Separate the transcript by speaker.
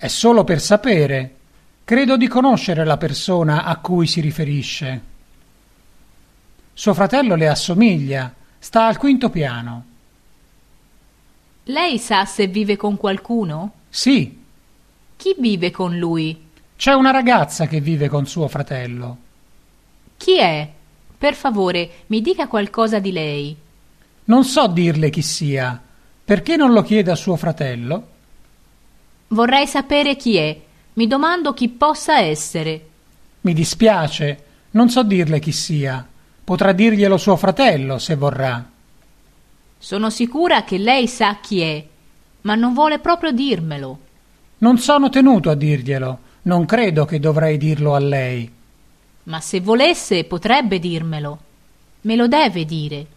Speaker 1: È solo per sapere. Credo di conoscere la persona a cui si riferisce. Suo fratello le assomiglia, sta al quinto piano.
Speaker 2: Lei sa se vive con qualcuno?
Speaker 1: Sì,
Speaker 2: Chi vive con lui?
Speaker 1: c'è una ragazza che vive con suo fratello.
Speaker 2: Chi è? Per favore, mi dica qualcosa di lei.
Speaker 1: Non so dirle chi sia. Perché non lo chiede a suo fratello?
Speaker 2: Vorrei sapere chi è. Mi domando chi possa essere.
Speaker 1: Mi dispiace, non so dirle chi sia. Potrà dirglielo suo fratello, se vorrà.
Speaker 2: Sono sicura che lei sa chi è, ma non vuole proprio dirmelo.
Speaker 1: Non sono tenuto a dirglielo. Non credo che dovrei dirlo a lei.
Speaker 2: Ma se volesse potrebbe dirmelo. Me lo deve dire.